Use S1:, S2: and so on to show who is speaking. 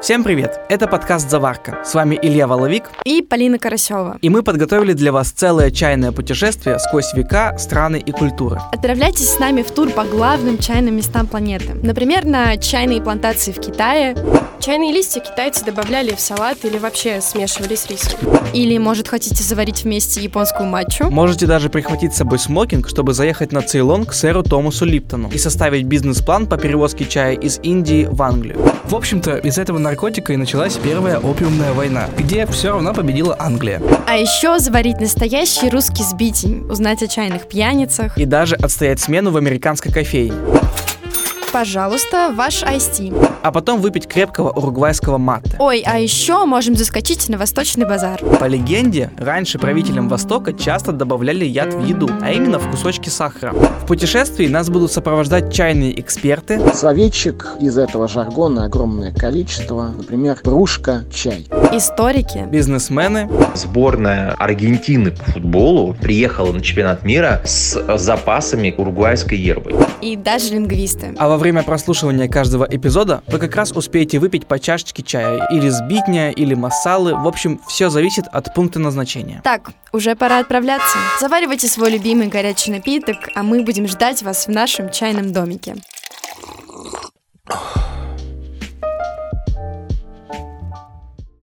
S1: Всем привет! Это подкаст «Заварка». С вами Илья Воловик,
S2: и Полина Карасева.
S1: и мы подготовили для вас целое чайное путешествие сквозь века, страны и культуры.
S2: Отправляйтесь с нами в тур по главным чайным местам планеты. Например, на чайные плантации в Китае.
S3: Чайные листья китайцы добавляли в салат или вообще смешивали с рисом.
S2: Или, может, хотите заварить вместе японскую матчу.
S1: Можете даже прихватить с собой смокинг, чтобы заехать на Цейлон к сэру Томасу Липтону и составить бизнес-план по перевозке чая из Индии в Англию. В общем-то, из этого наркотика и началась первая опиумная война, где все равно победила Англия.
S2: А еще заварить настоящий русский сбитень, узнать о чайных пьяницах.
S1: И даже отстоять смену в американской кофейне.
S2: Пожалуйста, ваш IST.
S1: А потом выпить крепкого уругвайского маты.
S2: Ой, а еще можем заскочить на Восточный базар.
S1: По легенде, раньше правителям Востока часто добавляли яд в еду, а именно в кусочки сахара. В путешествии нас будут сопровождать чайные эксперты,
S4: Словечек из этого жаргона огромное количество. Например, кружка, чай.
S2: Историки.
S1: бизнесмены,
S5: Сборная Аргентины по футболу приехала на чемпионат мира с запасами уругвайской ербы.
S2: И даже лингвисты.
S1: а во время прослушивания каждого эпизода вы как раз успеете выпить по чашечке чая, или сбитня, или масалы, в общем, все зависит от пункта назначения.
S2: Так, уже пора отправляться. Заваривайте свой любимый горячий напиток, а мы будем ждать вас в нашем чайном домике.